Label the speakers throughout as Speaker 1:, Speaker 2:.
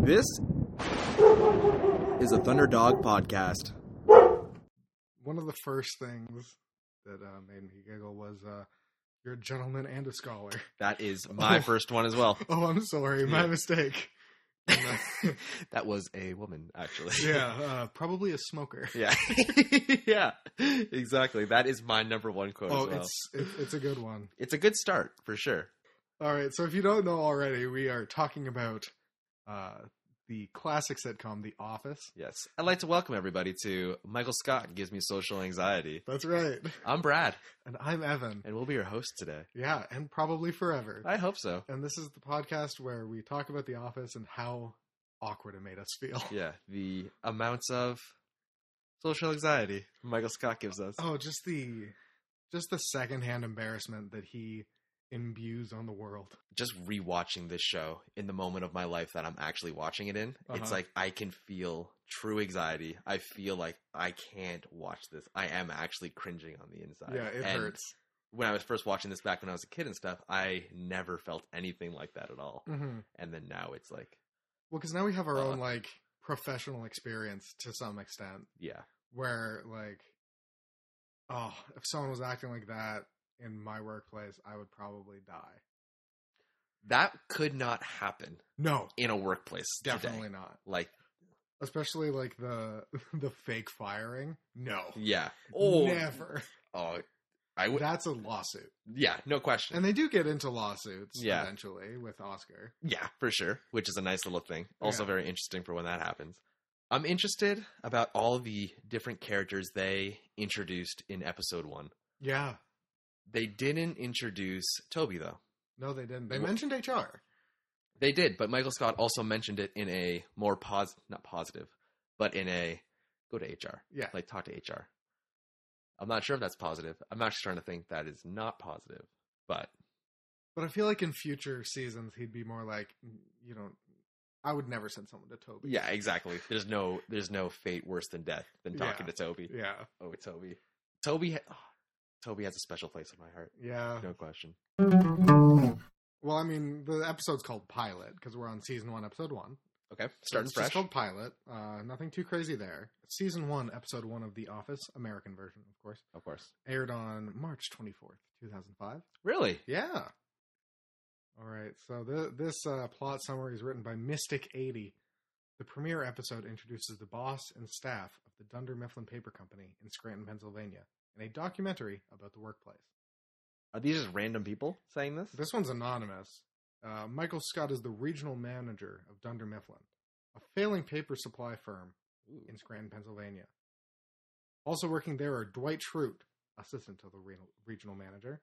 Speaker 1: This is a Thunder Dog podcast.
Speaker 2: one of the first things that uh, made me giggle was uh, you're a gentleman and a scholar.
Speaker 3: That is my
Speaker 2: Oh.
Speaker 3: first one as well.
Speaker 2: Oh, I'm sorry, my
Speaker 3: Yeah.
Speaker 2: mistake. And, uh,
Speaker 3: that was a woman, actually.
Speaker 2: yeah, uh, probably a smoker.
Speaker 3: Yeah. yeah. Exactly. That is my number one quote
Speaker 2: Oh,
Speaker 3: as well.
Speaker 2: it's it's it's a good one.
Speaker 3: It's a good start for sure.
Speaker 2: All right, so if you don't know already, we are talking about uh, the classic sitcom The Office.
Speaker 3: Yes. I'd like to welcome everybody to Michael Scott Gives Me Social Anxiety.
Speaker 2: That's right,
Speaker 3: I'm Brad,
Speaker 2: and I'm Evan.
Speaker 3: and we'll be your host today.
Speaker 2: Yeah, and probably forever.
Speaker 3: I hope so.
Speaker 2: And this is the podcast where we talk about The Office and how awkward it made us feel.
Speaker 3: Yeah. The amounts of social anxiety Michael Scott gives us.
Speaker 2: Oh, just the just the secondhand embarrassment that he imbues on the world.
Speaker 3: just rewatching this show in the moment of my life that I'm actually watching it in,
Speaker 2: Uh-huh.
Speaker 3: it's like I can feel true anxiety. I feel like I can't watch this. I am actually cringing on the inside.
Speaker 2: yeah, it
Speaker 3: And
Speaker 2: hurts.
Speaker 3: When I was first watching this back when I was a kid and stuff, I never felt anything like that at all.
Speaker 2: hmm
Speaker 3: And then now it's like,
Speaker 2: Well, because now we have our
Speaker 3: Uh.
Speaker 2: own like professional experience to some extent,
Speaker 3: yeah,
Speaker 2: where like, oh, if someone was acting like that in my workplace, I would probably die.
Speaker 3: that could not happen
Speaker 2: No,
Speaker 3: in a workplace. today.
Speaker 2: definitely not.
Speaker 3: Like,
Speaker 2: Especially like the the fake firing. No,
Speaker 3: yeah. Oh,
Speaker 2: never.
Speaker 3: oh I would.
Speaker 2: That's a lawsuit,
Speaker 3: Yeah, no question.
Speaker 2: and they do get into lawsuits
Speaker 3: Yeah.
Speaker 2: eventually with Oscar.
Speaker 3: Yeah, for sure. Which is a nice little thing. Also
Speaker 2: Yeah.
Speaker 3: very interesting for when that happens. I'm interested about all the different characters they introduced in episode one.
Speaker 2: Yeah,
Speaker 3: They didn't introduce Toby though.
Speaker 2: No, they didn't. They
Speaker 3: Wha-
Speaker 2: mentioned HR.
Speaker 3: They did, but Michael Scott also mentioned it in a more pos not positive, but in a go to HR.
Speaker 2: Yeah.
Speaker 3: Like talk to HR. I'm not sure if that's positive. I'm actually starting to think that is not positive. But
Speaker 2: But I feel like in future seasons, he'd be more like, "Mm, you don't. I would never send someone to Toby.
Speaker 3: yeah, exactly. There's no there's no fate worse than death than talking
Speaker 2: Yeah.
Speaker 3: to Toby.
Speaker 2: Yeah.
Speaker 3: Oh, Toby. Toby. Ha- Toby has a special place in my heart.
Speaker 2: Yeah.
Speaker 3: No question.
Speaker 2: Well, I mean, the episode's called Pilot because we're on season one, episode one.
Speaker 3: Okay,
Speaker 2: So
Speaker 3: starting
Speaker 2: it's
Speaker 3: fresh.
Speaker 2: Just called Pilot. Uh, nothing too crazy there. Season one, episode one of The Office, American version, of course,
Speaker 3: Of course.
Speaker 2: aired on March 24th, 2005.
Speaker 3: Really?
Speaker 2: Yeah. All right. So the, this uh, plot summary is written by Mystic Eighty. The premiere episode introduces the boss and staff of the Dunder Mifflin Paper Company in Scranton, Pennsylvania, in a documentary about the workplace.
Speaker 3: Are these just random people saying this?
Speaker 2: This one's anonymous. Uh, Michael Scott is the regional manager of Dunder Mifflin, a failing paper supply firm
Speaker 3: Ooh.
Speaker 2: in Scranton, Pennsylvania. Also working there are Dwight Schrute, assistant to the re- regional manager,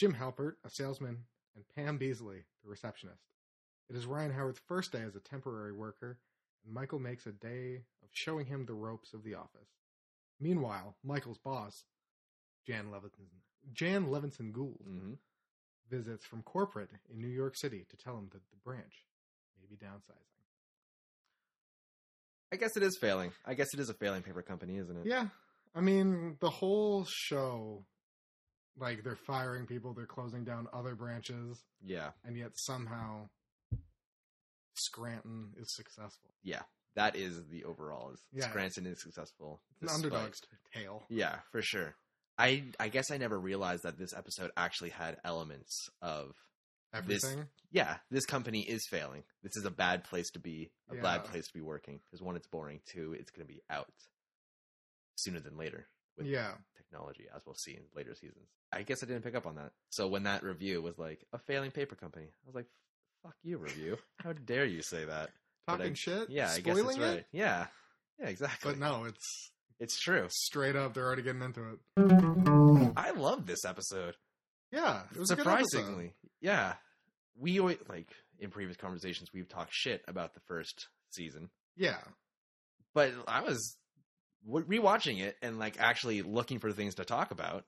Speaker 2: Jim Halpert, a salesman, and Pam Beasley, the receptionist. It is Ryan Howard's first day as a temporary worker, and Michael makes a day of showing him the ropes of the office. Meanwhile, Michael's boss, Jan Levinson, Jan Levinson Gould,
Speaker 3: Mhm.
Speaker 2: visits from corporate in New York City to tell him that the branch may be downsizing.
Speaker 3: I guess it is failing. I guess it is a failing paper company, isn't it?
Speaker 2: Yeah. I mean, the whole show, like, they're firing people, they're closing down other branches,
Speaker 3: Yeah.
Speaker 2: and yet somehow Scranton is successful.
Speaker 3: That is the overall. Is
Speaker 2: Yeah.
Speaker 3: Scranton is successful.
Speaker 2: It's an
Speaker 3: despite-
Speaker 2: underdog's tale.
Speaker 3: Yeah, for sure. I I guess I never realized that this episode actually had elements of This-
Speaker 2: Everything.
Speaker 3: yeah, this company is failing. This is a bad place to be. A bad
Speaker 2: Yeah.
Speaker 3: place to be working because one, it's boring. Two, it's going to be out sooner than later with
Speaker 2: yeah.
Speaker 3: technology, as we'll see in later seasons. I guess I didn't pick up on that. So when that review was like a failing paper company, I was like, "Fuck you, review! How dare you say that?" but
Speaker 2: Talking
Speaker 3: I-
Speaker 2: shit.
Speaker 3: Yeah, I guess
Speaker 2: spoiling
Speaker 3: that's right. Yeah, yeah, exactly.
Speaker 2: But no, it's
Speaker 3: it's true.
Speaker 2: straight up. They're already getting into it.
Speaker 3: I love this episode.
Speaker 2: Yeah. It was a good episode.
Speaker 3: surprisingly yeah we always like in previous conversations we've talked shit about the first season
Speaker 2: yeah.
Speaker 3: but i was w- rewatching it and like actually looking for things to talk about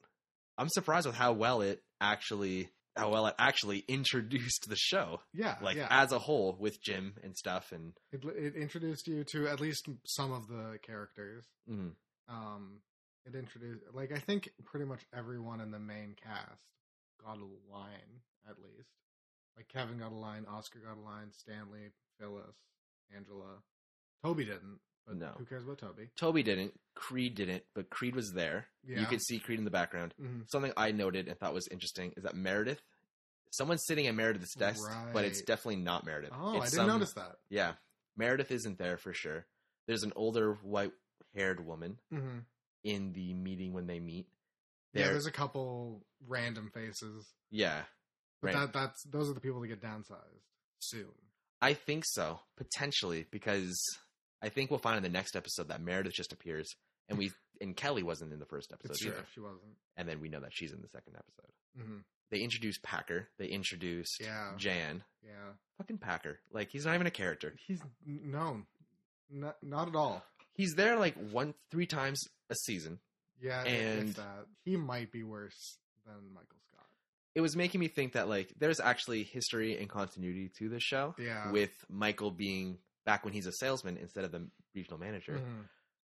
Speaker 3: i'm surprised with how well it actually how well it actually introduced the show
Speaker 2: Yeah.
Speaker 3: like
Speaker 2: yeah.
Speaker 3: as a whole with jim and stuff and
Speaker 2: it, it introduced you to at least some of the characters.
Speaker 3: mm,
Speaker 2: um it introduced like i think pretty much everyone in the main cast got a line at least like kevin got a line oscar got a line stanley phyllis Angela. Toby didn't, but
Speaker 3: No.
Speaker 2: who cares about Toby?
Speaker 3: Toby didn't. Creed didn't, but Creed was there.
Speaker 2: Yeah.
Speaker 3: You could see Creed in the background.
Speaker 2: Mhm.
Speaker 3: Something I noted and thought was interesting is that Meredith, someone's sitting at Meredith's desk, but it's
Speaker 2: Right.
Speaker 3: definitely not Meredith. It's
Speaker 2: Oh, I
Speaker 3: um,
Speaker 2: didn't
Speaker 3: some-
Speaker 2: notice that.
Speaker 3: Yeah, Meredith isn't there for sure. There's an older white-haired woman
Speaker 2: hmm
Speaker 3: in the meeting when they meet.
Speaker 2: Yeah,
Speaker 3: There-
Speaker 2: there's a couple random faces,
Speaker 3: yeah,
Speaker 2: but
Speaker 3: Right.
Speaker 2: that, that's those are the people that get downsized soon.
Speaker 3: I think so, potentially, because I think we'll find in the next episode that Meredith just appears, and we and Kelly wasn't in the first episode
Speaker 2: It's true.
Speaker 3: either,
Speaker 2: She wasn't.
Speaker 3: and then we know that she's in the second episode.
Speaker 2: hmm
Speaker 3: They introduced Packer. They introduced
Speaker 2: Yeah.
Speaker 3: Jan.
Speaker 2: Yeah,
Speaker 3: Fucking Packer. Like he's not even a character.
Speaker 2: he's n- known, not not at all.
Speaker 3: He's there like one three times a season.
Speaker 2: Yeah, it-
Speaker 3: And-
Speaker 2: it's that he might be worse than Michael Scott.
Speaker 3: It was making me think that like there's actually history and continuity to this show
Speaker 2: Yeah,
Speaker 3: with Michael being back when he's a salesman instead of the regional manager,
Speaker 2: Mhm.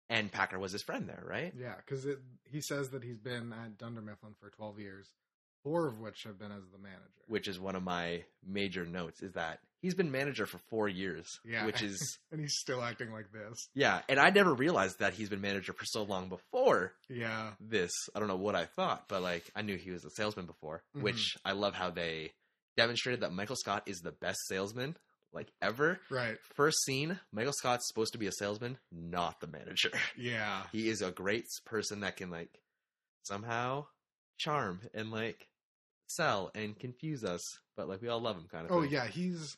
Speaker 3: and Packer was his friend there, right?
Speaker 2: yeah, because he says that he's been at Dunder Mifflin for twelve years, four of which have been as the manager.
Speaker 3: Which is one of my major notes is that he's been manager for four years,
Speaker 2: Yeah.
Speaker 3: which is
Speaker 2: and he's still acting like this.
Speaker 3: yeah, and I never realized that he's been manager for so long before
Speaker 2: Yeah,
Speaker 3: this. I don't know what I thought, but like I knew he was a salesman before,
Speaker 2: Mhm.
Speaker 3: which I love how they demonstrated that Michael Scott is the best salesman like ever.
Speaker 2: right.
Speaker 3: First scene, Michael Scott's supposed to be a salesman, not the manager.
Speaker 2: Yeah,
Speaker 3: He is a great person that can like somehow charm and like sell and confuse us, but like we all love him kind of
Speaker 2: Oh
Speaker 3: thing.
Speaker 2: yeah, he's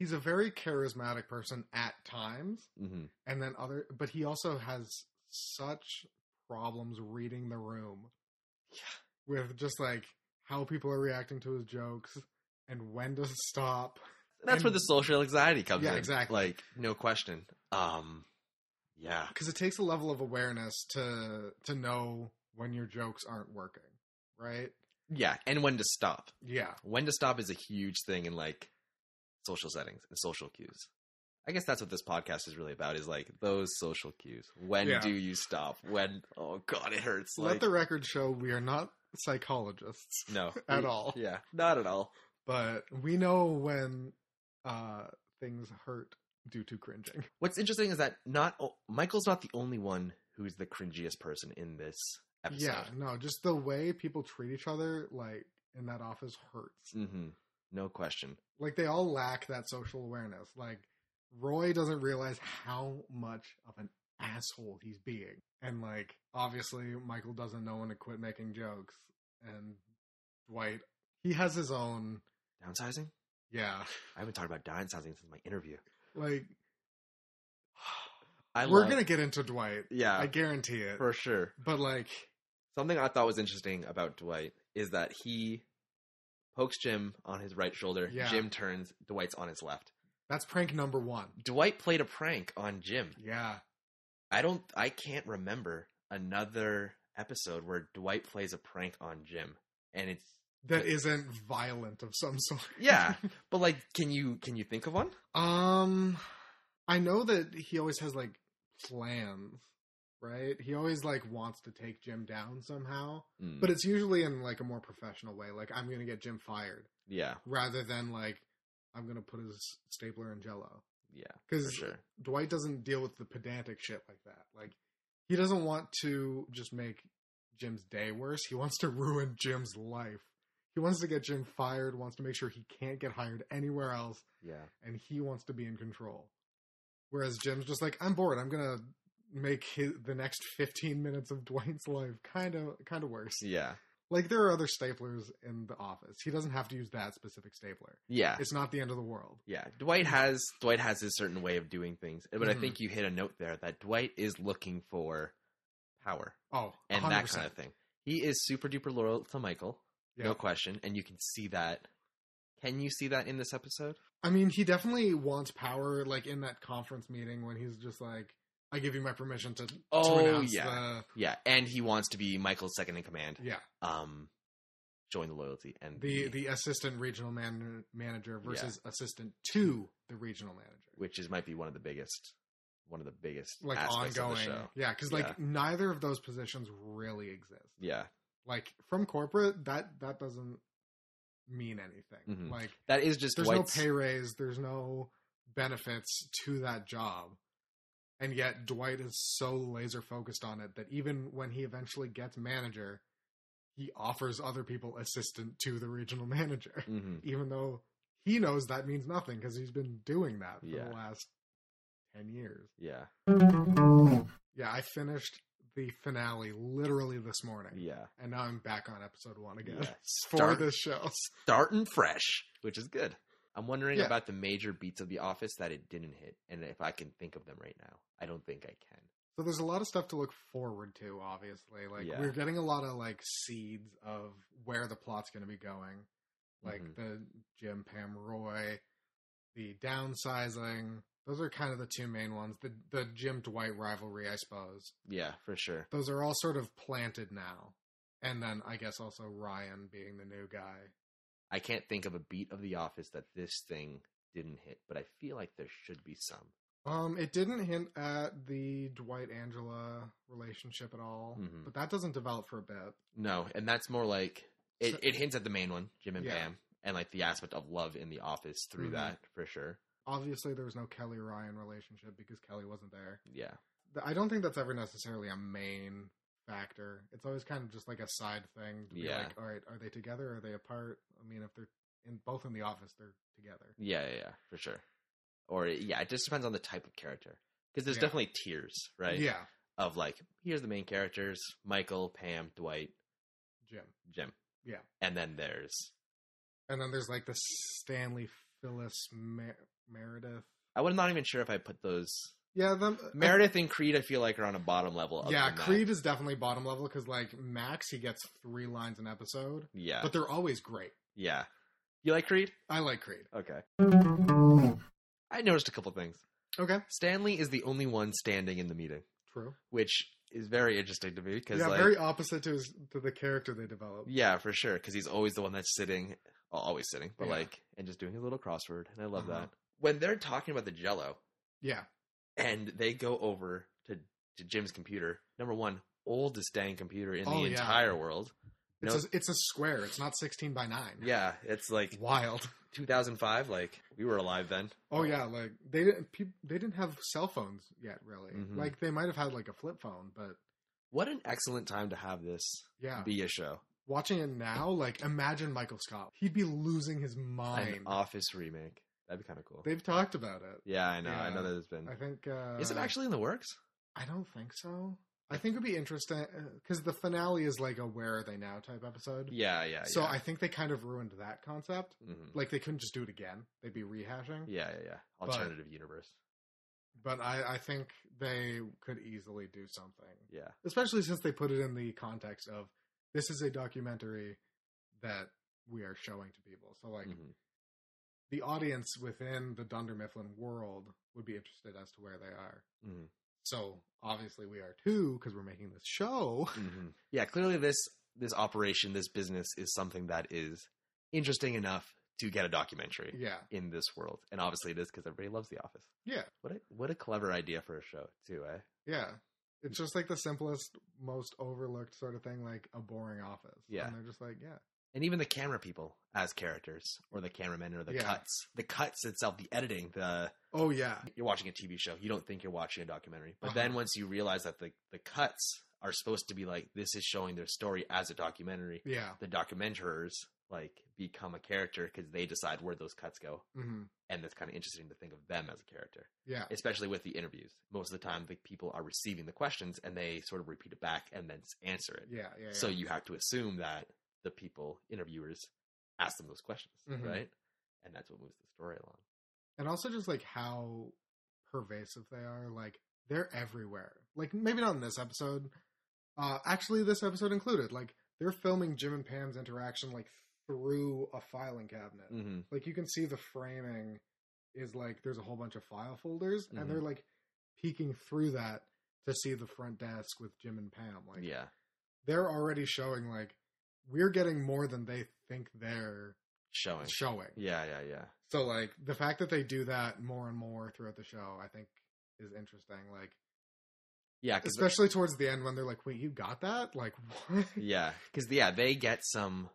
Speaker 2: he's a very charismatic person at times,
Speaker 3: hmm
Speaker 2: and then other, but he also has such problems reading the room. Yeah, with just like how people are reacting to his jokes and when to stop.
Speaker 3: That's where
Speaker 2: And-
Speaker 3: the social anxiety comes
Speaker 2: Yeah,
Speaker 3: in.
Speaker 2: exactly.
Speaker 3: Like no question. Um yeah.
Speaker 2: Because it takes a level of awareness to to know when your jokes aren't working, right?
Speaker 3: Yeah, and when to stop.
Speaker 2: Yeah,
Speaker 3: when to stop is a huge thing in like social settings and social cues. I guess that's what this podcast is really about is like those social cues. When
Speaker 2: Yeah.
Speaker 3: do you stop? When oh god, it hurts.
Speaker 2: let
Speaker 3: like,
Speaker 2: the record show we are not psychologists,
Speaker 3: no
Speaker 2: at
Speaker 3: We-
Speaker 2: all.
Speaker 3: Yeah, not at all.
Speaker 2: but we know when uh things hurt due to cringing.
Speaker 3: What's interesting is that not oh, Michael's not the only one who's the cringiest person in this episode.
Speaker 2: Yeah, no, just the way people treat each other, like in that office, hurts.
Speaker 3: hmm No question.
Speaker 2: Like they all lack that social awareness. Like Roy doesn't realize how much of an asshole he's being, and like obviously Michael doesn't know when to quit making jokes, and Dwight he has his own.
Speaker 3: Downsizing?
Speaker 2: Yeah,
Speaker 3: I haven't talked about downsizing since my interview.
Speaker 2: like
Speaker 3: I
Speaker 2: we're
Speaker 3: love-
Speaker 2: gonna get into Dwight.
Speaker 3: yeah
Speaker 2: I guarantee it.
Speaker 3: for sure.
Speaker 2: But like,
Speaker 3: Something I thought was interesting about Dwight is that he pokes Jim on his right shoulder.
Speaker 2: Yeah.
Speaker 3: Jim turns. Dwight's on his left.
Speaker 2: That's prank number one.
Speaker 3: Dwight played a prank on Jim.
Speaker 2: Yeah.
Speaker 3: I don't. I can't remember another episode where Dwight plays a prank on Jim. And it's
Speaker 2: That isn't violent of some sort.
Speaker 3: yeah, but like, can you can you think of one?
Speaker 2: Um I know that he always has like plans, right? He always like wants to take Jim down somehow.
Speaker 3: Mm.
Speaker 2: But it's usually in like a more professional way, like I'm gonna get Jim fired
Speaker 3: yeah,
Speaker 2: rather than like I'm gonna put his stapler in jello.
Speaker 3: yeah, for
Speaker 2: Because
Speaker 3: sure.
Speaker 2: Dwight doesn't deal with the pedantic shit like that. Like he doesn't want to just make Jim's day worse. He wants to ruin Jim's life. He wants to get Jim fired, wants to make sure he can't get hired anywhere else,
Speaker 3: Yeah,
Speaker 2: and he wants to be in control. Whereas Jim's just like, I'm bored. I'm gonna make his, the next 15 minutes of Dwight's life kind of kind of worse.
Speaker 3: yeah,
Speaker 2: Like there are other staplers in the office. He doesn't have to use that specific stapler.
Speaker 3: yeah.
Speaker 2: It's not the end of the world.
Speaker 3: Yeah, Dwight has Dwight has his certain way of doing things, but I
Speaker 2: Mhm.
Speaker 3: think you hit a note there that Dwight is looking for power
Speaker 2: Oh,
Speaker 3: and
Speaker 2: 100%.
Speaker 3: that kind of thing. He is super duper loyal to Michael,
Speaker 2: Yeah.
Speaker 3: no question, and you can see that. Can you see that in this episode?
Speaker 2: I mean, he definitely wants power, like in that conference meeting when he's just like, "I give you my permission to."
Speaker 3: Oh,
Speaker 2: to announce
Speaker 3: yeah. Yeah, and he wants to be Michael's second in command.
Speaker 2: the, yeah.
Speaker 3: Um, join the loyalty and
Speaker 2: The the assistant regional man- manager versus assistant to the regional manager,
Speaker 3: which is might be one of the biggest, one of the biggest
Speaker 2: like
Speaker 3: aspects
Speaker 2: ongoing.
Speaker 3: of the show.
Speaker 2: Yeah, because like
Speaker 3: Yeah.
Speaker 2: neither of those positions really exist.
Speaker 3: Yeah,
Speaker 2: Like from corporate, that that doesn't mean anything.
Speaker 3: Mhm.
Speaker 2: Like
Speaker 3: that is just
Speaker 2: there's
Speaker 3: Dwight's.
Speaker 2: no pay raise. There's no benefits to that job. And yet Dwight is so laser focused on it that even when he eventually gets manager, he offers other people assistant to the regional manager,
Speaker 3: hmm
Speaker 2: even though he knows that means nothing because he's been doing that for
Speaker 3: Yeah.
Speaker 2: the last 10 years.
Speaker 3: Yeah.
Speaker 2: Yeah, I finished the finale literally this morning.
Speaker 3: Yeah.
Speaker 2: And now I'm back on episode one again
Speaker 3: Yeah.
Speaker 2: for
Speaker 3: Start-
Speaker 2: this show.
Speaker 3: starting fresh, which is good. I'm wondering
Speaker 2: Yeah.
Speaker 3: about the major beats of The Office that it didn't hit, and if I can think of them right now. I don't think I can.
Speaker 2: So there's a lot of stuff to look forward to, obviously. Like
Speaker 3: Yeah.
Speaker 2: we're getting a lot of like seeds of where the plot's going to be going, like
Speaker 3: Mhm.
Speaker 2: the Jim Pam Roy, the downsizing. Those are kind of the two main ones. The the Jim Dwight rivalry, I suppose.
Speaker 3: Mm-hmm. Yeah, for sure.
Speaker 2: Those are all sort of planted now. And then I guess also Ryan being the new guy.
Speaker 3: I can't think of a beat of The Office that this thing didn't hit, but I feel like there should be some.
Speaker 2: Um, it didn't hint at the Dwight Angela relationship at all,
Speaker 3: Mhm.
Speaker 2: but that doesn't develop for a bit.
Speaker 3: No, and that's more like it,
Speaker 2: So-
Speaker 3: it hints at the main one, Jim and
Speaker 2: Yeah.
Speaker 3: Pam, and like the aspect of love in The Office through
Speaker 2: Mhm.
Speaker 3: that for sure.
Speaker 2: Obviously, there was no Kelly Ryan relationship because Kelly wasn't there.
Speaker 3: Yeah.
Speaker 2: Th- I don't think that's ever necessarily a main factor. It's always kind of just like a side thing. To be
Speaker 3: Yeah.
Speaker 2: Like, all right, are they together? Are they apart? I mean, if they're in both in the office, they're together.
Speaker 3: Yeah, yeah, yeah, for sure. Or yeah, it just depends on the type of character. Because there's
Speaker 2: Yeah.
Speaker 3: definitely tiers, right?
Speaker 2: Yeah.
Speaker 3: Of like, here's the main characters: Michael, Pam, Dwight,
Speaker 2: Jim.
Speaker 3: Jim.
Speaker 2: Yeah.
Speaker 3: And then there's
Speaker 2: And then there's like the Stanley Phyllis Mer- Meredith.
Speaker 3: I was not even sure if I put those
Speaker 2: Yeah. Them.
Speaker 3: Meredith and Creed. I feel like are on a bottom level. other
Speaker 2: yeah,
Speaker 3: than that.
Speaker 2: Creed is definitely bottom level because like Max, he gets three lines an episode,
Speaker 3: Yeah,
Speaker 2: but they're always great.
Speaker 3: yeah. You like Creed?
Speaker 2: I like Creed.
Speaker 3: Okay. I noticed a couple things.
Speaker 2: Okay,
Speaker 3: Stanley is the only one standing in the meeting,
Speaker 2: true.
Speaker 3: which is very interesting to me because
Speaker 2: Yeah,
Speaker 3: like
Speaker 2: very opposite to his to the character they develop.
Speaker 3: yeah, for sure because he's always the one that's sitting, well, always sitting, but
Speaker 2: Yeah.
Speaker 3: like and just doing his little crossword, and I love
Speaker 2: Uh-huh.
Speaker 3: that. When they're talking about the Jello,
Speaker 2: Yeah,
Speaker 3: and they go over to, to Jim's computer. Number one, oldest dang computer in
Speaker 2: Oh,
Speaker 3: the
Speaker 2: yeah.
Speaker 3: entire world.
Speaker 2: it's
Speaker 3: No-
Speaker 2: a, it's a square. It's not sixteen by nine.
Speaker 3: Yeah, it's like
Speaker 2: wild.
Speaker 3: 2005. Like we were alive then.
Speaker 2: Oh yeah, like they didn't peop- they didn't have cell phones yet, really.
Speaker 3: Mhm.
Speaker 2: Like they might have had like a flip phone, but
Speaker 3: What an excellent time to have this
Speaker 2: yeah.
Speaker 3: be a show,
Speaker 2: Watching it now, like imagine Michael Scott. He'd be losing his mind.
Speaker 3: an Office remake. That'd be kind of cool.
Speaker 2: They've talked about it.
Speaker 3: yeah, I know. I
Speaker 2: Yeah.
Speaker 3: know there's been.
Speaker 2: I think. Uh,
Speaker 3: Is it actually in the works?
Speaker 2: I don't think so. I think it'd be interesting because the finale is like a "Where are they now?" type episode.
Speaker 3: Yeah, yeah.
Speaker 2: so
Speaker 3: yeah.
Speaker 2: I think they kind of ruined that concept.
Speaker 3: Mhm.
Speaker 2: Like they couldn't just do it again; they'd be rehashing.
Speaker 3: Yeah, yeah, yeah. Alternative universe.
Speaker 2: But I, I think they could easily do something.
Speaker 3: Yeah,
Speaker 2: especially since they put it in the context of this is a documentary that we are showing to people. So like
Speaker 3: Mhm.
Speaker 2: the audience within the Dunder Mifflin world would be interested as to where they are.
Speaker 3: Mhm.
Speaker 2: So obviously we are too because we're making this show.
Speaker 3: Mhm. yeah. Clearly, this this operation, this business, is something that is interesting enough to get a documentary.
Speaker 2: yeah,
Speaker 3: in this world, and obviously it is because everybody loves The Office.
Speaker 2: Yeah.
Speaker 3: What a what a clever idea for a show too, eh?
Speaker 2: yeah. It's just like the simplest, most overlooked sort of thing, like a boring office.
Speaker 3: Yeah.
Speaker 2: and they're just like, yeah,
Speaker 3: And even the camera people as characters, or the cameramen, or the
Speaker 2: Yeah.
Speaker 3: cuts. The cuts itself, the editing. The
Speaker 2: oh yeah,
Speaker 3: you're watching a TV show, you don't think you're watching a documentary, but
Speaker 2: Uh-huh.
Speaker 3: then once you realize that the the cuts are supposed to be like this is showing their story as a documentary.
Speaker 2: yeah,
Speaker 3: The documenters like become a character because they decide where those cuts go,
Speaker 2: hmm
Speaker 3: and it's kind of interesting to think of them as a character.
Speaker 2: yeah.
Speaker 3: especially with the interviews. Most of the time, the people are receiving the questions and they sort of repeat it back and then s- answer it.
Speaker 2: yeah, yeah, yeah.
Speaker 3: So you have to assume that the people, interviewers, ask them those questions,
Speaker 2: Mhm.
Speaker 3: right? And that's what moves the story along.
Speaker 2: and also just like how pervasive they are like they're everywhere like maybe not in this episode uh actually this episode included like they're filming jim and pam's interaction like through a filing cabinet
Speaker 3: Mm-hmm.
Speaker 2: like you can see the framing is like there's a whole bunch of file folders
Speaker 3: Mhm.
Speaker 2: and they're like peeking through that to see the front desk with jim and pam like
Speaker 3: yeah,
Speaker 2: they're already showing like we're getting more than they think they're
Speaker 3: showing.
Speaker 2: showing
Speaker 3: Yeah, yeah, yeah.
Speaker 2: so like the fact that they do that more and more throughout the show, I think is interesting. Like
Speaker 3: Yeah, cause the-
Speaker 2: especially towards the end when they're like, "Wait, you got that?" Like what?
Speaker 3: yeah, because yeah, they get some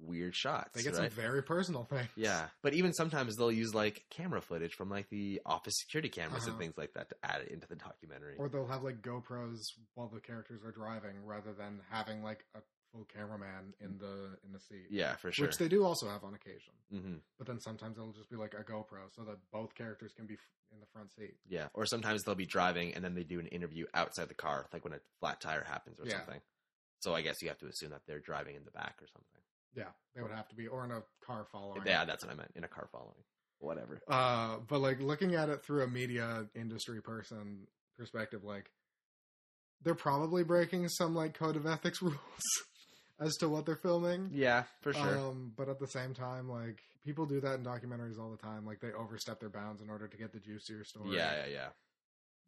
Speaker 3: weird shots.
Speaker 2: They get
Speaker 3: right?
Speaker 2: some very personal things.
Speaker 3: Yeah, but even sometimes they'll use like camera footage from like the office security cameras and
Speaker 2: Uh-huh.
Speaker 3: things like that to add it into the documentary.
Speaker 2: Or they'll have like GoPros while the characters are driving, rather than having like a full cameraman in the in the seat.
Speaker 3: Mm. yeah, for sure.
Speaker 2: Which they do also have on occasion.
Speaker 3: hmm
Speaker 2: But then sometimes it'll just be like a GoPro, so that both characters can be f- in the front seat.
Speaker 3: Yeah, or sometimes they'll be driving and then they do an interview outside the car, like when a flat tire happens or
Speaker 2: Yeah.
Speaker 3: something. So I guess you have to assume that they're driving in the back or something.
Speaker 2: Yeah, they would have to be, or in a car following.
Speaker 3: Yeah, that's what I meant. In a car following, whatever.
Speaker 2: Uh, but like looking at it through a media industry person perspective, like they're probably breaking some like code of ethics rules as to what they're filming.
Speaker 3: Yeah, for sure.
Speaker 2: Um, but at the same time, like people do that in documentaries all the time. Like they overstep their bounds in order to get the juicier story.
Speaker 3: yeah, yeah, yeah,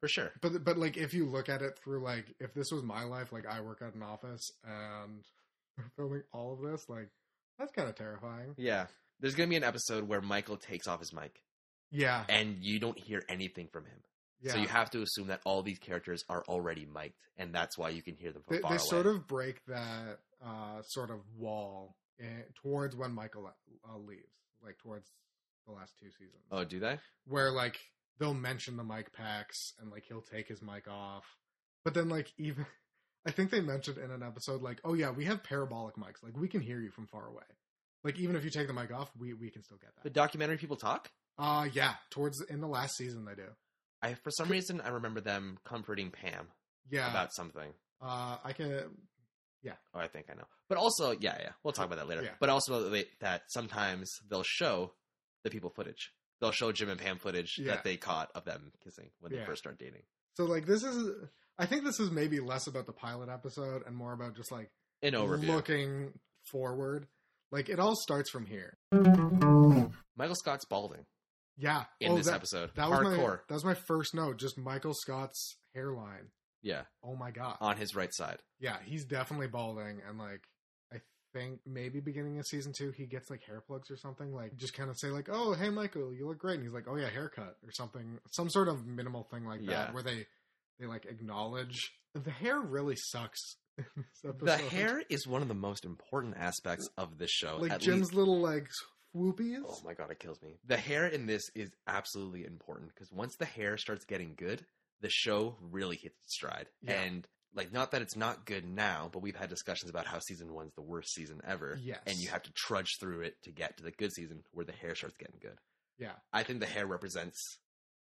Speaker 3: for sure.
Speaker 2: But but like if you look at it through like if this was my life, like I work at an office and we're filming all of this, like that's kind of terrifying.
Speaker 3: Yeah, there's gonna be an episode where Michael takes off his mic
Speaker 2: Yeah.
Speaker 3: and you don't hear anything from him.
Speaker 2: Yeah.
Speaker 3: So you have to assume that all these characters are already mic'd, and that's why you can hear them from
Speaker 2: they,
Speaker 3: far
Speaker 2: they
Speaker 3: away.
Speaker 2: sort of break that uh, sort of wall in, towards when Michael uh, leaves, like towards the last two seasons,
Speaker 3: oh, do they?
Speaker 2: where like they'll mention the mic packs and like he'll take his mic off, but then like even I think they mentioned in an episode like, oh yeah, we have parabolic mics, like we can hear you from far away, like even if you take the mic off, we we can still get
Speaker 3: The
Speaker 2: that.
Speaker 3: documentary people talk.
Speaker 2: Uh yeah, towards in the last season they do.
Speaker 3: I for some reason I remember them comforting Pam
Speaker 2: Yeah,
Speaker 3: about something.
Speaker 2: uh, I can.
Speaker 3: Oh, I think I know. But also, yeah, yeah, we'll talk about that later.
Speaker 2: Yeah.
Speaker 3: But also that they- that sometimes they'll show the people footage. They'll show Jim and Pam footage
Speaker 2: Yeah.
Speaker 3: that they caught of them kissing when they
Speaker 2: Yeah.
Speaker 3: first start dating.
Speaker 2: So like this is, I think this is maybe less about the pilot episode and more about just like
Speaker 3: An overview.
Speaker 2: looking forward. Like it all starts from here.
Speaker 3: Michael Scott's balding
Speaker 2: Yeah.
Speaker 3: in
Speaker 2: Oh,
Speaker 3: this
Speaker 2: that,
Speaker 3: episode.
Speaker 2: That was my
Speaker 3: Hardcore.
Speaker 2: that was my first note. Just Michael Scott's hairline.
Speaker 3: Yeah,
Speaker 2: Oh my god.
Speaker 3: on his right side.
Speaker 2: yeah, he's definitely balding, and like I think maybe beginning of season two he gets like hair plugs or something. Like just kind of say like, "Oh, hey Michael, you look great," and he's like, "Oh yeah, haircut" or something, some sort of minimal thing like
Speaker 3: Yeah.
Speaker 2: that, where they they like acknowledge the hair really sucks. in this
Speaker 3: The
Speaker 2: episode.
Speaker 3: hair is one of the most important aspects of this show.
Speaker 2: like
Speaker 3: at
Speaker 2: Jim's little like swoopies.
Speaker 3: Oh my god, it kills me. The hair in this is absolutely important because once the hair starts getting good, the show really hits its stride.
Speaker 2: Yeah.
Speaker 3: And like, not that it's not good now, but we've had discussions about how season one's the worst season ever,
Speaker 2: Yes,
Speaker 3: and you have to trudge through it to get to the good season where the hair starts getting good.
Speaker 2: yeah.
Speaker 3: I think the hair represents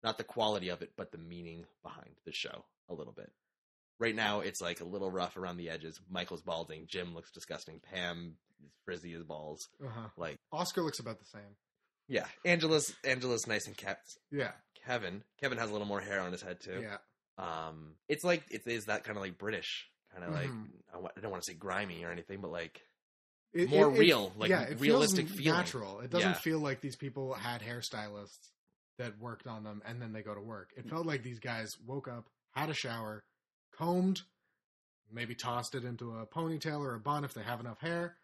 Speaker 3: not the quality of it, but the meaning behind the show a little bit. Right now, it's like a little rough around the edges. Michael's balding. Jim looks disgusting. Pam is frizzy as balls.
Speaker 2: Uh-huh.
Speaker 3: Like,
Speaker 2: Oscar looks about the same.
Speaker 3: yeah, Angela's Angela's nice and kept.
Speaker 2: Yeah,
Speaker 3: Kevin. Kevin has a little more hair on his head too.
Speaker 2: yeah,
Speaker 3: Um, it's like it is that kind of like British kind of like
Speaker 2: Mhm.
Speaker 3: I, wa- I don't want to say grimy or anything, but like
Speaker 2: It-
Speaker 3: More
Speaker 2: it- it-
Speaker 3: real, like,
Speaker 2: feels
Speaker 3: realistic
Speaker 2: n-
Speaker 3: feeling.
Speaker 2: natural. It doesn't
Speaker 3: Yeah.
Speaker 2: feel like these people had hairstylists that worked on them and then they go to work.
Speaker 3: Mm.
Speaker 2: It felt like these guys woke up, had a shower, combed, maybe tossed it into a ponytail or a bun if they have enough hair,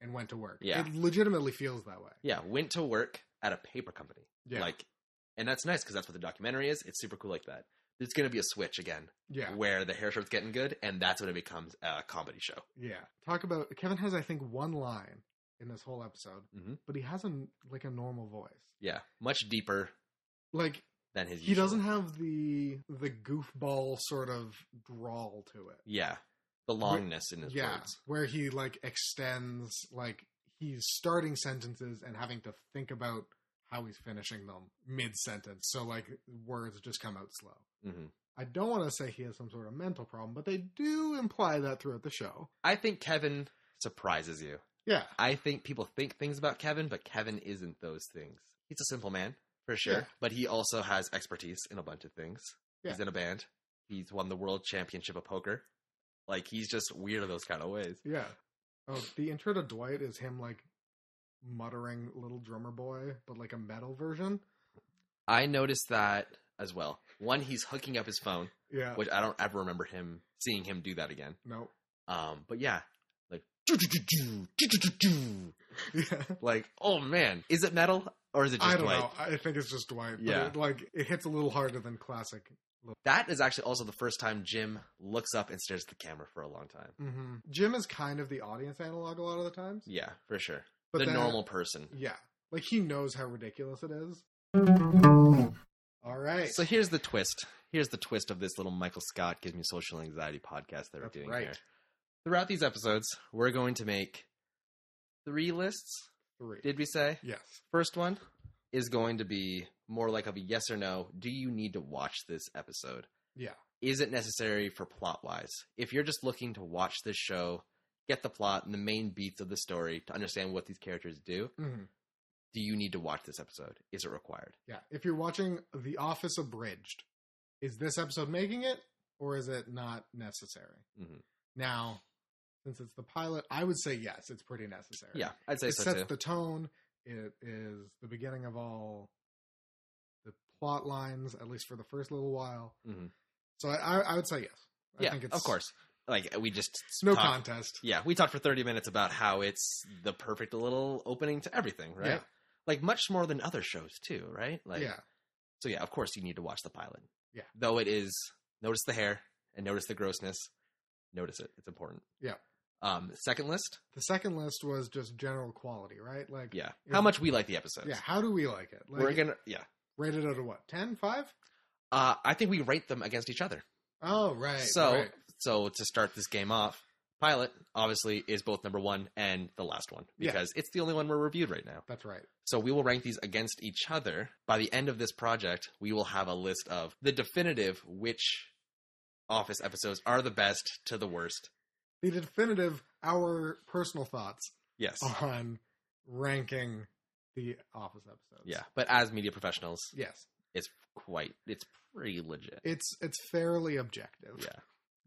Speaker 2: and went to work.
Speaker 3: Yeah.
Speaker 2: it legitimately feels that way.
Speaker 3: yeah, went to work at a paper company.
Speaker 2: Yeah,
Speaker 3: Like, and that's nice because that's what the documentary is. It's super cool like that. There's gonna be a switch again
Speaker 2: yeah,
Speaker 3: where the hair starts getting good, and that's when it becomes a comedy show.
Speaker 2: yeah. Talk about Kevin has I think one line in this whole episode,
Speaker 3: Mhm.
Speaker 2: but he has a n- like a normal voice.
Speaker 3: Yeah, much deeper
Speaker 2: Like
Speaker 3: than his.
Speaker 2: he
Speaker 3: usual.
Speaker 2: doesn't have the the goofball sort of drawl to it.
Speaker 3: Yeah, the longness in his
Speaker 2: yeah,
Speaker 3: words.
Speaker 2: where he like extends like he's starting sentences and having to think about how he's finishing them mid sentence. So like words just come out slow.
Speaker 3: Mhm.
Speaker 2: I don't want to say he has some sort of mental problem, but they do imply that throughout the show.
Speaker 3: I think Kevin surprises you.
Speaker 2: Yeah,
Speaker 3: I think people think things about Kevin, but Kevin isn't those things. He's a simple man, for sure,
Speaker 2: Yeah.
Speaker 3: but he also has expertise in a bunch of things. He's
Speaker 2: Yeah.
Speaker 3: in a band. He's won the world championship of poker. Like he's just weird in those kind of ways.
Speaker 2: yeah. Oh, the intro to Dwight is him like muttering "Little Drummer Boy," but like a metal version.
Speaker 3: I noticed that as well. One, he's hooking up his phone,
Speaker 2: Yeah.
Speaker 3: which I don't ever remember him seeing him do that again.
Speaker 2: No.
Speaker 3: Um, but yeah, like do do do do do do do do.
Speaker 2: Yeah.
Speaker 3: Like, oh man, is it metal? or is it just
Speaker 2: I don't
Speaker 3: Dwight?
Speaker 2: know. I think it's just Dwight.
Speaker 3: Yeah.
Speaker 2: But it, like it hits a little harder than classic.
Speaker 3: That is actually also the first time Jim looks up and stares at the camera for a long time.
Speaker 2: hmm Jim is kind of the audience analog a lot of the times.
Speaker 3: Yeah, for sure.
Speaker 2: But
Speaker 3: the
Speaker 2: then- uh,
Speaker 3: normal person.
Speaker 2: Yeah. Like he knows how ridiculous it is. All right.
Speaker 3: So here's the twist. Here's the twist of this little Michael Scott gives me social anxiety podcast that we're
Speaker 2: That's
Speaker 3: doing
Speaker 2: right.
Speaker 3: here. Throughout these episodes, we're going to make three lists.
Speaker 2: Three.
Speaker 3: Did we say?
Speaker 2: yes.
Speaker 3: First one is going to be more like of a yes or no. Do you need to watch this episode?
Speaker 2: Yeah.
Speaker 3: Is it necessary for plot wise? If you're just looking to watch this show, get the plot and the main beats of the story to understand what these characters do,
Speaker 2: hmm
Speaker 3: do you need to watch this episode? Is it required?
Speaker 2: Yeah. If you're watching The Office Abridged, is this episode making it or is it not necessary?
Speaker 3: Mhm.
Speaker 2: Now, since it's the pilot, I would say yes, it's pretty necessary.
Speaker 3: Yeah, I'd say
Speaker 2: It
Speaker 3: so
Speaker 2: sets
Speaker 3: too.
Speaker 2: the tone. It is the beginning of all the plot lines, at least for the first little while.
Speaker 3: Mhm.
Speaker 2: So I, I, I would say yes. I
Speaker 3: yeah,
Speaker 2: think it's
Speaker 3: of course. Like we just
Speaker 2: No
Speaker 3: talked-
Speaker 2: contest.
Speaker 3: Yeah, we talked for 30 minutes about how it's the perfect little opening to everything, right?
Speaker 2: Yeah.
Speaker 3: Like much more than other shows too, right? Like
Speaker 2: yeah.
Speaker 3: So yeah, of course you need to watch the pilot.
Speaker 2: Yeah.
Speaker 3: Though it is notice the hair and notice the grossness. Notice it. It's important.
Speaker 2: Yeah.
Speaker 3: Um, second list.
Speaker 2: The second list was just general quality, right? Like,
Speaker 3: Yeah.
Speaker 2: Is-
Speaker 3: How much we like the episodes.
Speaker 2: yeah, how do we like it? Like,
Speaker 3: We're gonna yeah.
Speaker 2: rated out of what? 10, 5?
Speaker 3: Uh, I think we rate them against each other.
Speaker 2: Oh, right.
Speaker 3: so
Speaker 2: right.
Speaker 3: so to start this game off, pilot obviously is both number one and the last one
Speaker 2: Yeah.
Speaker 3: because it's the only one we're reviewed right now.
Speaker 2: that's right.
Speaker 3: So we will rank these against each other. By the end of this project, we will have a list of the definitive which office episodes are the best to the worst.
Speaker 2: The definitive, our personal thoughts
Speaker 3: Yes.
Speaker 2: on ranking the Office episodes.
Speaker 3: Yeah, but as media professionals,
Speaker 2: Yes.
Speaker 3: it's quite it's pretty legit.
Speaker 2: It's it's fairly objective.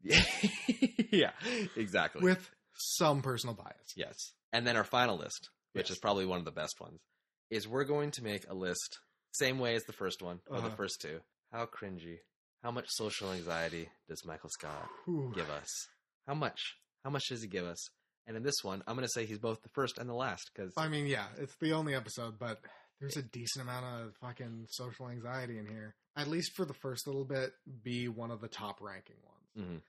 Speaker 3: yeah. yeah, exactly.
Speaker 2: With some personal bias.
Speaker 3: yes. And then our final list, which
Speaker 2: Yes.
Speaker 3: is probably one of the best ones, is we're going to make a list same way as the first one or the
Speaker 2: Uh-huh.
Speaker 3: first two. How cringy. How much social anxiety does Michael Scott
Speaker 2: Whew.
Speaker 3: give us? How much? How much does he give us? And in this one, I'm going to say he's both the first and the last because
Speaker 2: I mean, yeah, it's the only episode, but there's a decent amount of fucking social anxiety in here. At least for the first little bit, be one of the top ranking ones.
Speaker 3: Mhm.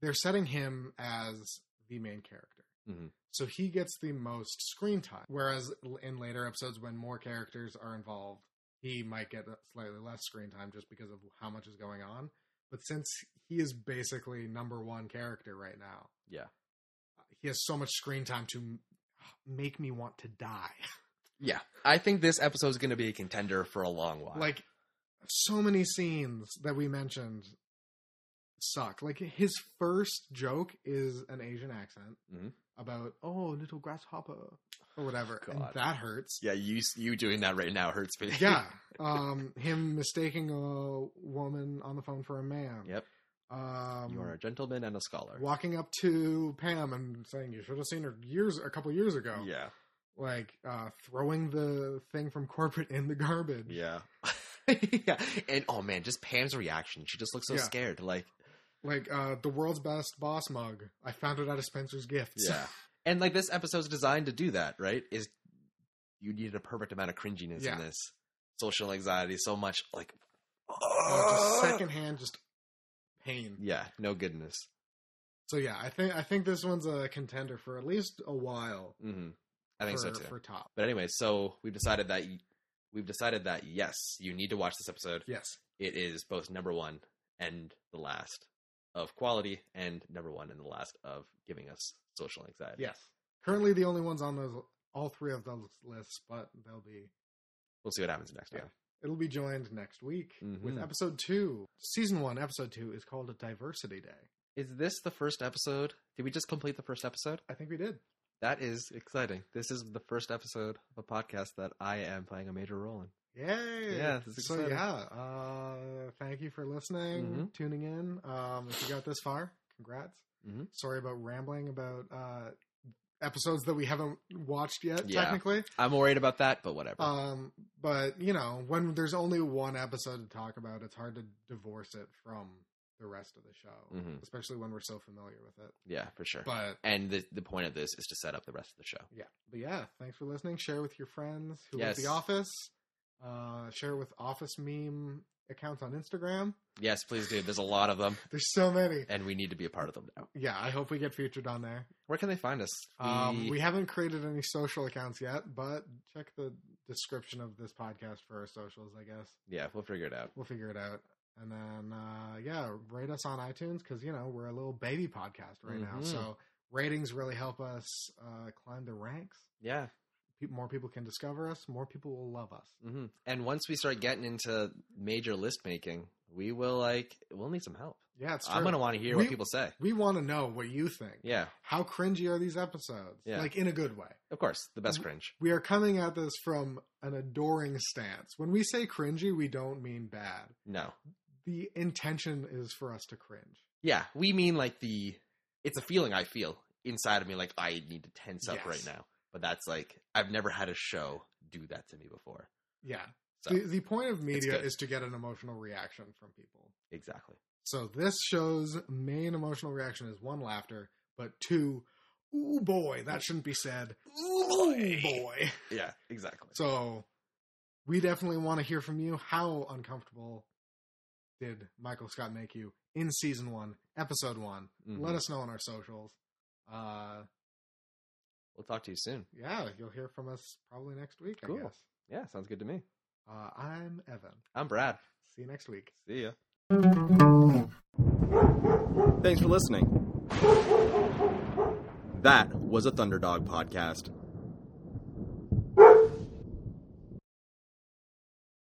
Speaker 2: They're setting him as the main character.
Speaker 3: Mhm.
Speaker 2: So he gets the most screen time. Whereas l- in later episodes, when more characters are involved, he might get slightly less screen time just because of how much is going on. But since he is basically number one character right now,
Speaker 3: Yeah.
Speaker 2: he has so much screen time to m- make me want to die.
Speaker 3: yeah, I think this episode is going to be a contender for a long while.
Speaker 2: like so many scenes that we mentioned suck like his first joke is an asian accent
Speaker 3: Mhm.
Speaker 2: about oh little grasshopper or whatever and
Speaker 3: God.
Speaker 2: that hurts
Speaker 3: yeah, you you doing that right now hurts me.
Speaker 2: yeah um him mistaking a woman on the phone for a man
Speaker 3: Yep.
Speaker 2: um
Speaker 3: you are a gentleman and a scholar.
Speaker 2: walking up to pam and saying you should have seen her years a couple years ago
Speaker 3: Yeah,
Speaker 2: like uh throwing the thing from corporate in the garbage
Speaker 3: yeah, yeah. And oh man, just Pam's reaction. She just looks so
Speaker 2: Yeah.
Speaker 3: scared. Like
Speaker 2: like uh the world's best boss mug i found it out of spencer's gifts
Speaker 3: yeah, and like this episode's designed to do that. Right? Is you needed a perfect amount of cringiness
Speaker 2: Yeah.
Speaker 3: in this social anxiety. So much like.
Speaker 2: Oh,
Speaker 3: Ah!
Speaker 2: just secondhand just pain
Speaker 3: Yeah, no goodness.
Speaker 2: so yeah i think i think this one's a contender for at least a while
Speaker 3: hmm I think
Speaker 2: for,
Speaker 3: so too.
Speaker 2: for top
Speaker 3: But anyway, so we've decided that y- we've decided that yes, you need to watch this episode.
Speaker 2: yes
Speaker 3: It is both number one and the last of quality, and number one and the last of giving us social anxiety.
Speaker 2: yes currently the only ones on those all three of those lists but they'll be
Speaker 3: we'll see what happens next
Speaker 2: Yeah.
Speaker 3: time.
Speaker 2: it'll be joined next week with
Speaker 3: Mhm.
Speaker 2: episode two season one episode two is called a diversity day
Speaker 3: Is this the first episode? Did we just complete the first episode?
Speaker 2: i think we did
Speaker 3: That is exciting. This is the first episode of a podcast that I am playing a major role in.
Speaker 2: Yay!
Speaker 3: Yeah, this is
Speaker 2: so
Speaker 3: exciting.
Speaker 2: yeah, uh, thank you for listening,
Speaker 3: Mhm.
Speaker 2: tuning in. Um, if you got this far, congrats.
Speaker 3: Mhm.
Speaker 2: Sorry about rambling about uh, episodes that we haven't watched yet,
Speaker 3: Yeah.
Speaker 2: technically.
Speaker 3: I'm worried about that, but whatever.
Speaker 2: Um, but you know, when there's only one episode to talk about, it's hard to divorce it from the rest of the show,
Speaker 3: Mhm.
Speaker 2: especially when we're so familiar with it.
Speaker 3: yeah, for sure.
Speaker 2: But
Speaker 3: and the, the point of this is to set up the rest of the show.
Speaker 2: yeah, but yeah, thanks for listening. Share with your friends who
Speaker 3: Yes.
Speaker 2: like The Office. Uh, share it with office meme accounts on Instagram.
Speaker 3: Yes, please do. There's a lot of them,
Speaker 2: There's so many.
Speaker 3: and we need to be a part of them now.
Speaker 2: Yeah, I hope we get featured on there.
Speaker 3: Where can they find us?
Speaker 2: Um, we haven't created any social accounts yet, but check the description of this podcast for our socials, I guess.
Speaker 3: yeah, we'll figure it out.
Speaker 2: We'll figure it out. And then, uh, yeah, rate us on iTunes because, you know, we're a little baby podcast right now.
Speaker 3: Mhm.
Speaker 2: So ratings really help us uh, climb the ranks.
Speaker 3: Yeah.
Speaker 2: Pe- more people can discover us, more people will love us.
Speaker 3: hmm And once we start getting into major list making, we will like we'll need some help.
Speaker 2: Yeah, it's true.
Speaker 3: I'm gonna want to hear
Speaker 2: We-
Speaker 3: what people say.
Speaker 2: we want to know what you think.
Speaker 3: Yeah,
Speaker 2: How cringy are these episodes?
Speaker 3: Yeah.
Speaker 2: Like, in a good way.
Speaker 3: of course, the best
Speaker 2: Mhm.
Speaker 3: cringe.
Speaker 2: We are coming at this from an adoring stance. When we say cringy, we don't mean bad.
Speaker 3: No,
Speaker 2: the intention is for us to cringe.
Speaker 3: yeah, we mean like the it's a feeling I feel inside of me, like I need to tense up
Speaker 2: Yes.
Speaker 3: right now. But that's like I've never had a show do that to me before.
Speaker 2: Yeah.
Speaker 3: So
Speaker 2: the, the point of media
Speaker 3: good.
Speaker 2: is to get an emotional reaction from people.
Speaker 3: exactly,
Speaker 2: So this show's main emotional reaction is one, laughter, but two, ooh boy, that shouldn't be said. Ooh boy.
Speaker 3: yeah, exactly.
Speaker 2: So we definitely want to hear from you. How uncomfortable did Michael Scott make you in season one, episode one?
Speaker 3: Mhm.
Speaker 2: Let us know on our socials. Uh,
Speaker 3: We'll talk to you soon.
Speaker 2: yeah, you'll hear from us probably next week,
Speaker 3: Cool.
Speaker 2: I guess.
Speaker 3: Yeah, sounds good to me.
Speaker 2: Uh, I'm Evan.
Speaker 3: I'm Brad.
Speaker 2: See you next week.
Speaker 3: See ya.
Speaker 1: Thanks for listening. That was a Thunderdog podcast.